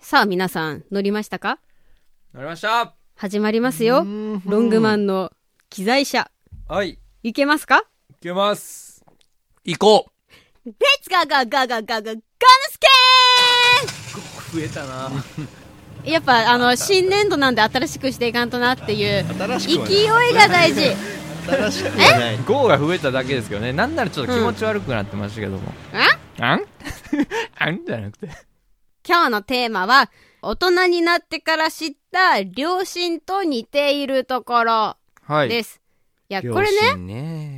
さあ皆さん、乗りましたか乗りました始まりますよ。ロングマンの機材車。はい、いいけますかけます行こう ?Let's go go go go go go のす増えたなけやっぱあの、新年度なんで新しくしていかんとなっていう、新しくはない勢いが大事。新しくはない5が増えただけですけどねなんならちょっと気持ち悪くなってましたけども、ああん あんじゃなくて今日のテーマは、大人になってから知った両親と似ているところはです。い、や、これね、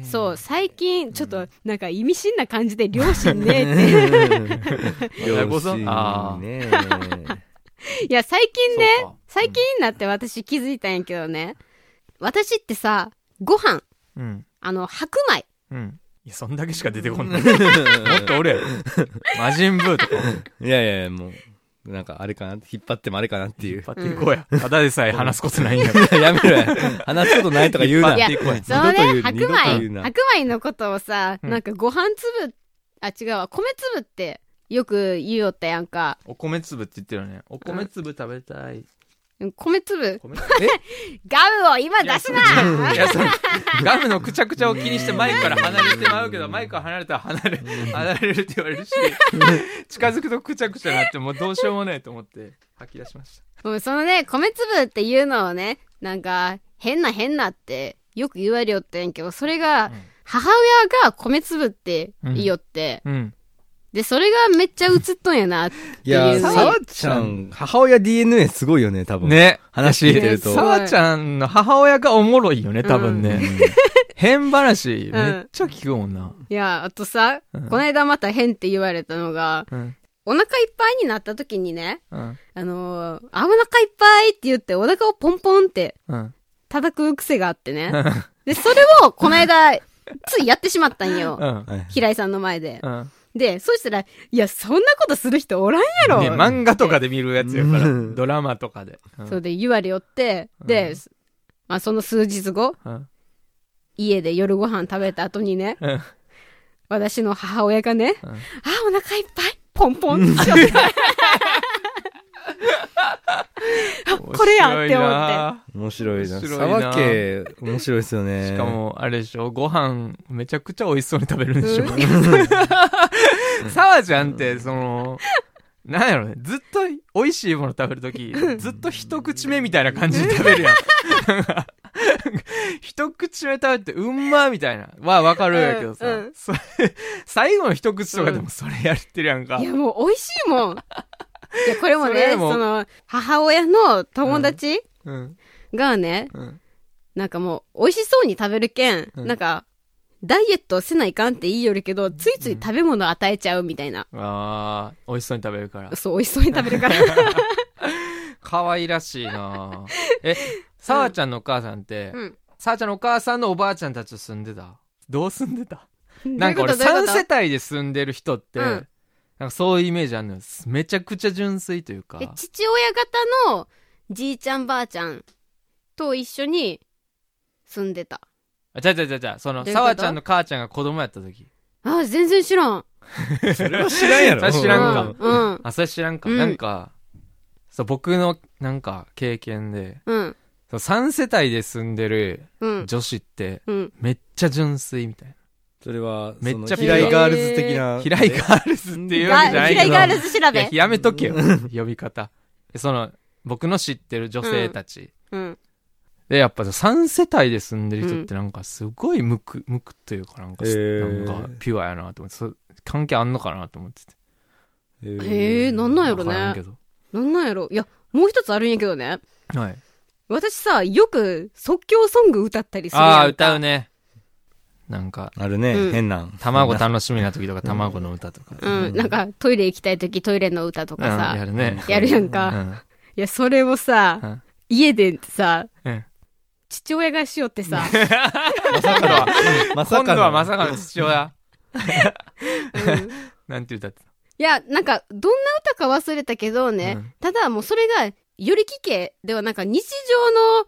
ねそう、最近、ちょっと、なんか意味深な感じで、両親ね って。両ご存親あーねいや、最近ねそうか、最近になって私気づいたんやけどね。私ってさ、ご飯、うんあの、白米。うんいやそんだけしか出てこない もっとおるやろ魔人ブーとかいやいやいやもうなんかあれかな引っ張ってもあれかなっていう引っ張っていこうや、ただでさえ話すことないんやかやめろや話すことないとか言うあないや引っ張っていこうやそのね、二度と白言う二度と言う米、な白米のことをさ、うんなんかご飯粒、あ、違うわ、米粒ってよく言うよったやんか。 お米粒って言ってるよねお米粒食べたい米粒、米粒 ガムを今出す ないやそのガムのくちゃくちゃを気にしてマイクから離れてまうけどマイクが離れたら離れ離れるって言わ れるし近づくとくちゃくちゃになってもうどうしようもないと思って吐き出しましもうそのね、米粒っていうのをね、なんか、変な変なってよく言われよったんやけど、それがん、母親が米粒って言いよって、たうんで、それがめっちゃ映っとんやなっていいう。やさわちゃん母親 DNA すごいよね多分ね話聞いてるといやさわちゃんの母親がおもろいよね多分ね、変話めっちゃ聞くもんな、いや、あとさ、んこの間また変って言われたのが、うんお腹いっぱいになった時にね、うんあのー、あ、お腹いっぱいって言ってお腹をポンポンってうん、叩く癖があってね。で、それをこの間、ついやってしまったんうよ。んはい平井さんの前でう。んで、そしたら、いや、そんなことする人おらんやろ。ね、漫画とかで見るやつやから、うんドラマとかで、うんそうで、言われよって、で、まあ、その数日後、うん家で夜ご飯食べた後にね、うん私の母親がね、うんあ、お腹いっぱい、ポンポ ンってしよって、これやんって思って。面白いな面白いなさわけ面白いですよねしかも、あれでしょ、ご飯、めちゃくちゃ美味しそうに食べるんでしょ。 さわちゃんって、その、なんやろね、ずっと美味しいもの食べるとき、ずっと一口目みたいな感じで食べるやん。一口目食べて、うんまーみたいな。はわかるやけどさ、うんうんそれ、最後の一口とかでもそれやってるやんか。いや、もう美味しいもん。いや、これもね、それそもの、母親の友達うん。がね、うん。なんかもう、美味しそうに食べるけん、うんなんか、ダイエットせないかんって言いよるけど、ついつい食べ物与えちゃうみたいな。あー、美味しそうに食べるから。そう、美味しそうに食べるから。可愛らしいなえ、さわちゃんのお母さんって、うんさわちゃんのお母さんのおばあちゃんたちと住んでたどう住んでた なんかどういう俺ことどういう3こと世帯で住んでる人って、うんなんかそういうイメージあるのよ。めちゃくちゃ純粋というかで。父親方のじいちゃんばあちゃんと一緒に住んでたあ、ちゃうちゃうちゃうちゃう、その、どういうことさわちゃんの母ちゃんが子供やった時。あ全然知らんそれは知らん やろそれは知らうんうんあ、それ知らんか。うんなんか、そう、僕の、なんか、経験で、うんそう3世帯で住んでるうん女子って、うんめっちゃ純粋みたいそれはめっちゃその平井ガールズ的なな。平井ガールズっていうわけじゃがない平け井ど。ガールズ調いやべ、やめとけよ。呼び方。その、僕の知ってる女性たち。うん、で、やっぱ3世帯で住んでる人ってなんかすごい無く、無くというかなんか、へーなんかピュアやなと思って、そ関係あんのかなと思ってて。へえなんなんやろわからんけねど。なんなんやろいやもう一つあるんやけどねはい。私さよく即興ソング歌ったりするやんかああ、歌うね。なんか、あるね、うん変なん卵楽しみな時とか卵の歌とか。うんなんかトイレ行きたい時トイレの歌とうかんさ、やるね。やるやんうか、いん。やそれをさ、うん家でさうん父親がしよってさまさかの まさ今度かのはまさかの父親。なんて歌っていや、なんか、どんな歌か忘れたけどね、うんただもうそれが、よりきけではなんか日常の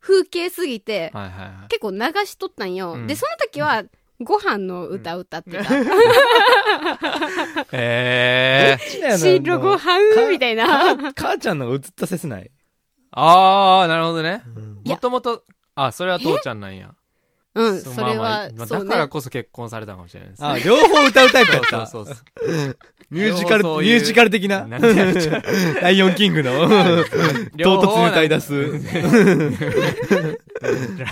風景すぎてた。、はいはいはい。結構流しとったんよ。うんで、その時は、ご飯の歌歌ってた。 ええ白ご飯みたいな。な。母ちゃんのが映ったせせない。ああ、なるほどね。いもやともと、あ、それは父ちゃんなんや。うん、うそれは、まあまあそうだからね。こそ結婚されたかもしれないですね。 あ、両方歌うタイプだっそうた。そうそう。 ミュージカル、ミ両方そういうュージカル的な。なんてやっちゃう ライオンキングの。 唐突に歌い出す。ラ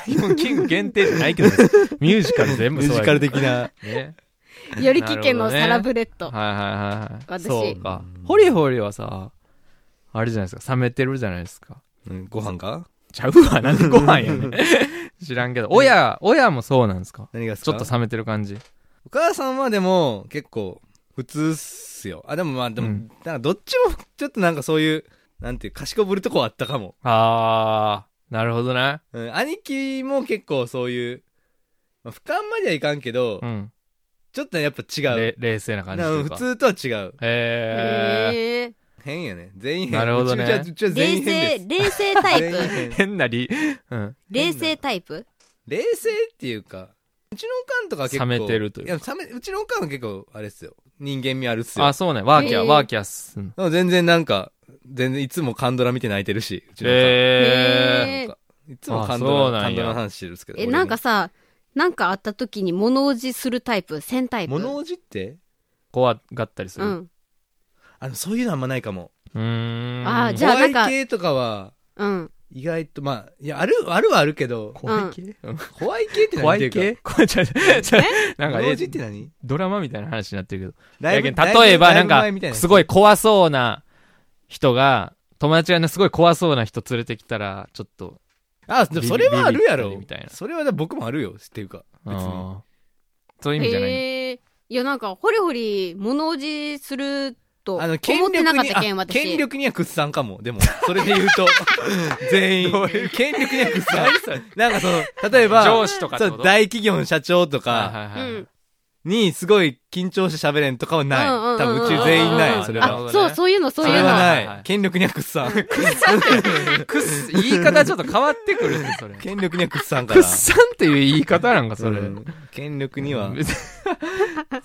イオンキング限定じゃない けどね、ミュージカル全ミ部ュそうージやカけルど的な。ね。よりき家のなるほどねサラブレッド。はいはいはいはい。私そうか。ホリホリはさ、あれじゃないですか、冷めてるじゃないですか。うんご飯かちゃうわ、なんでご飯やね ん知らんけど。親、親もそうなんですか何が好きちょっと冷めてる感じ。お母さんはでも結構普通っすよ。あ、でもまあでも、うんなんかどっちもちょっとなんかそういう、なんていう、かしこぶるとこはあったかも。あー、なるほどね。うん、兄貴も結構そういう、まあ、俯瞰まではいかんけど、うん。ちょっとやっぱ違う。れ冷静な感じとないんうか。か普通とは違う。へー。へえ変やね。全員変。なるほどねうちうちうちは冷全員変静、です。冷静タイ全員プ変変なり、うん。冷静タイプ冷静っていうか、うちのおかんとか結構。冷めてるというかや、冷め、うちのおかんは結構、あれっすよ。人間味あるっすよ。あ、そうね。ワーキャー、へーワーキャーっす。うんでも全然なんか、全然いつもカンドラ見て泣いてるし、うちのおかん。へへー。ーいつもあ感そう動なんや感動の話してるんですけど。え、俺なんか、さ、なんかあった時に物おじするタイプ、戦タイプ。物おじって怖がったりすうる。ん。あの、そういうのあんまないかも。うーん。あーじゃあ怖なんいか系とかは、うん。意外と、まあ、いや、ある、あるはあるけど、怖い系怖い系って怖何いっていう系怖い系かなんか、物えおじって何ドラマみたいな話になってるけど。ライブやけん例えば、なライんブ前みたいか、すごい怖そうな人が、友達がね、すごい怖そうな人連れてきたら、ちょっと、あ、でもそれはあるやビビろビったりみたいな。それは僕もあるよ、っていうか。別に。あーそういう意味じゃない。へえいや、なんか、ほりほり物おじすると、あ思の、っ権力てなかっに、たけん、あ権私。力には屈さんかも。でも、それで言う と、全員。権力には屈さん。なんかその、例えば、上司とかってそことう大企業の社長とはいか、はいうはいん。にすごい緊張して喋れんとかはない。うんうんうんうん多分宇宙全員なうんい、それなるほは。どあ、ねそう、そういうの、そそうれいうはの。はないはいい。権力には屈 さん。くっす 言い方ちょっと変わってくるね、それ。権力には屈さんかくら。っさんっていう言い方なんか、それ。うん権力には。別に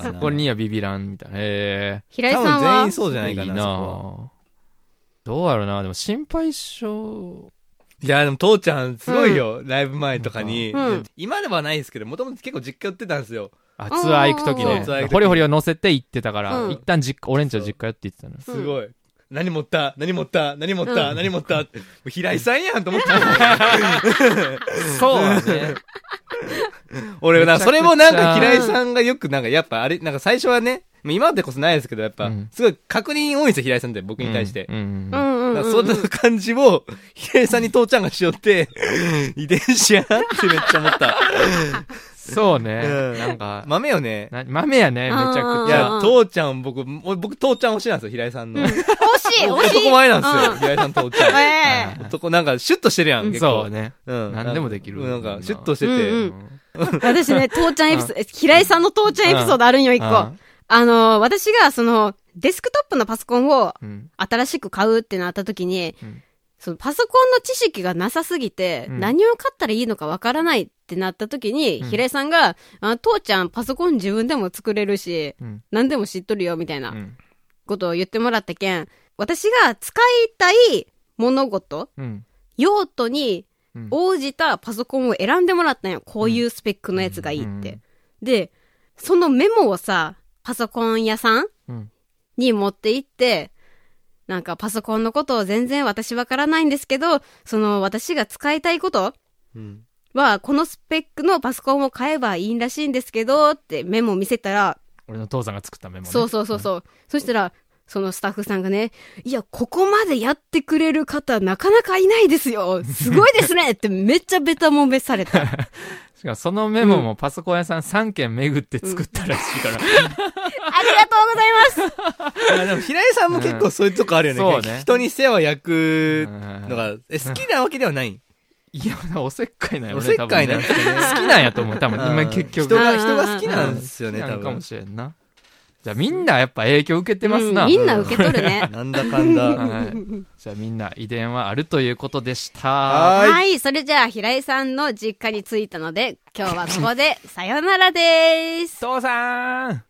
そこれにはビビらん、みたいな。へ平井さん多分全は員、そうじえ。ゃないかいな。なそあこはどうやろうな、でも心配性。いや、でも父ちゃんすごいよ。ライブ前とかにうん。今ではないですけど、もともと結構実家売ってたんですよ。あ、ツアー行くときうねんツアー行く時ホリホリを乗せて行ってたから、うん一旦実家、俺んちの実家よって言ってたの。すごい。何持った何持った何持っうたん何持 ったってもう平井さんやんと思った。そうだね。 俺、なんかそれもなんかめちゃ平くちゃ井さんがよくなんかやっぱあれ、なんか最初はね、まあ今までこそないですけど、やっぱうん、すごい確認多いんですよ、平井さんって僕に対してう。んうんううんんうんだうかんうらそん。の感じを、平井さんに父ちゃんがしよ って、遺伝子やなってめっちゃ思った。そうね。うんなんか、豆よね。な豆やね、めちゃうんくちいやゃ。、父ちゃん僕、俺僕父ちゃん推しなんですよ、平井さんの。惜しい、惜しい。男前なんですよ、う平井さん父ちゃん。ええ男、なんかシュッとしてるやん、結構。そうね。うん何でもできるなんか、シュッとしてて。うんううん私ね、父ちゃんエピソード、平井さんの父ちゃんエピソードあるんよ、一個。ああの、私が、その、デスクトップのパソコンをうん新しく買うってなった時に、うんそのパソコンの知識がなさすぎて、うん何を買ったらいいのかわからないってなった時に、うん平井さんが、あ父ちゃんパソコン自分でも作れるし、うん何でも知っとるよ、みたいなうんことを言ってもらったけん、私が使いたい物事、うん用途にうん応じたパソコンを選んでもらったんよ。こういうスペックのやつがいいって。で、そのメモをさ、パソコン屋さんうんに持って行って、なんかパソコンのことを全然私わからないんですけど、その私が使いたいことうんは、このスペックのパソコンを買えばいいんらしいんですけど、ってメモ見せたら、俺の父さんが作ったメモね。そうそうそうそう。そしたら、そのスタッフさんがね、いや、ここまでやってくれる方なかなかいないですよすごいですねってめっちゃベタもめされた。しかもそのメモもパソコン屋さん3軒巡って作ったらしいから。ありがとうございますいやでも平井さんも結構そういうとこあるよね。うんそうね人に世話焼くうんのが、え、好きなわけではない。いや、おせっかいなんやおろねせっかいな多んで分すねかね。好きなんやと思う、多分。うん今結局。人が、人が好きなんですよね、好き多なのか分も。しれんな。じゃあみんなやっぱ影響受けてますな。うんみんな受け取るね。なんだかんだ。はい。じゃあみんな遺伝はあるということでした。ははいい、それじゃあ平井さんの実家に着いたので、今日はここでさよならです。父さん